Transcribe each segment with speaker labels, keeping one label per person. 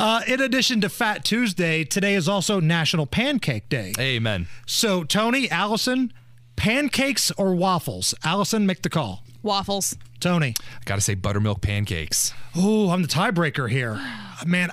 Speaker 1: Uh, in addition to Fat Tuesday, today is also National Pancake Day.
Speaker 2: Amen.
Speaker 1: So, Tony, Allison, pancakes or waffles? Allison, make the call.
Speaker 3: Waffles.
Speaker 1: Tony,
Speaker 2: I gotta say buttermilk pancakes.
Speaker 1: oh, I'm the tiebreaker here. Man,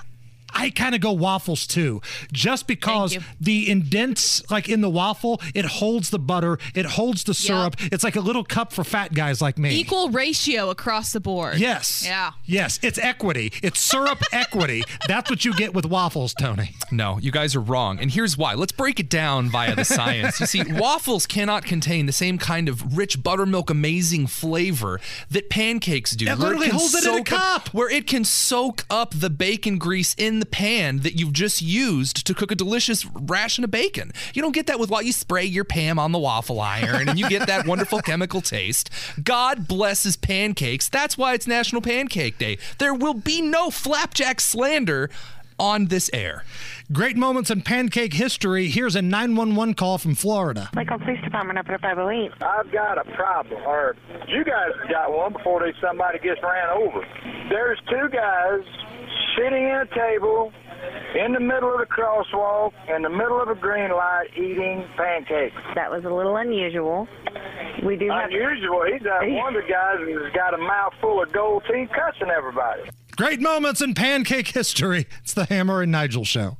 Speaker 1: I kind of go waffles too, just because
Speaker 3: you.
Speaker 1: the indents, like in the waffle, it holds the butter, it holds the syrup. It's like a little cup for fat guys like me.
Speaker 3: Equal ratio across the board.
Speaker 1: Yes.
Speaker 3: Yeah.
Speaker 1: Yes, it's equity. It's syrup equity. That's what you get with waffles, Tony.
Speaker 2: No, you guys are wrong. And here's why. Let's break it down via the science. You see, waffles cannot contain the same kind of rich buttermilk amazing flavor that pancakes do. where
Speaker 1: literally
Speaker 2: can
Speaker 1: holds it in a
Speaker 2: soak up-
Speaker 1: cup.
Speaker 2: where it can soak up the bacon grease in the pan that you've just used to cook a delicious ration of bacon. You don't get that with what you spray your Pam on the waffle iron and you get that wonderful chemical taste. God blesses pancakes. That's why it's National Pancake Day. There will be no flapjack slander on this air.
Speaker 1: Great moments in pancake history. Here's a 911 call from Florida.
Speaker 4: Lakeville Police Department up at 508.
Speaker 5: I've got a problem, or you guys got one before they somebody gets ran over. There's two guys sitting at a table in the middle of the crosswalk, in the middle of a green light, eating pancakes.
Speaker 4: That was a little unusual. We do have.
Speaker 5: Unusual. He's uh, one of the guys that's got a mouth full of gold teeth cussing everybody.
Speaker 1: Great moments in pancake history. It's the Hammer and Nigel show.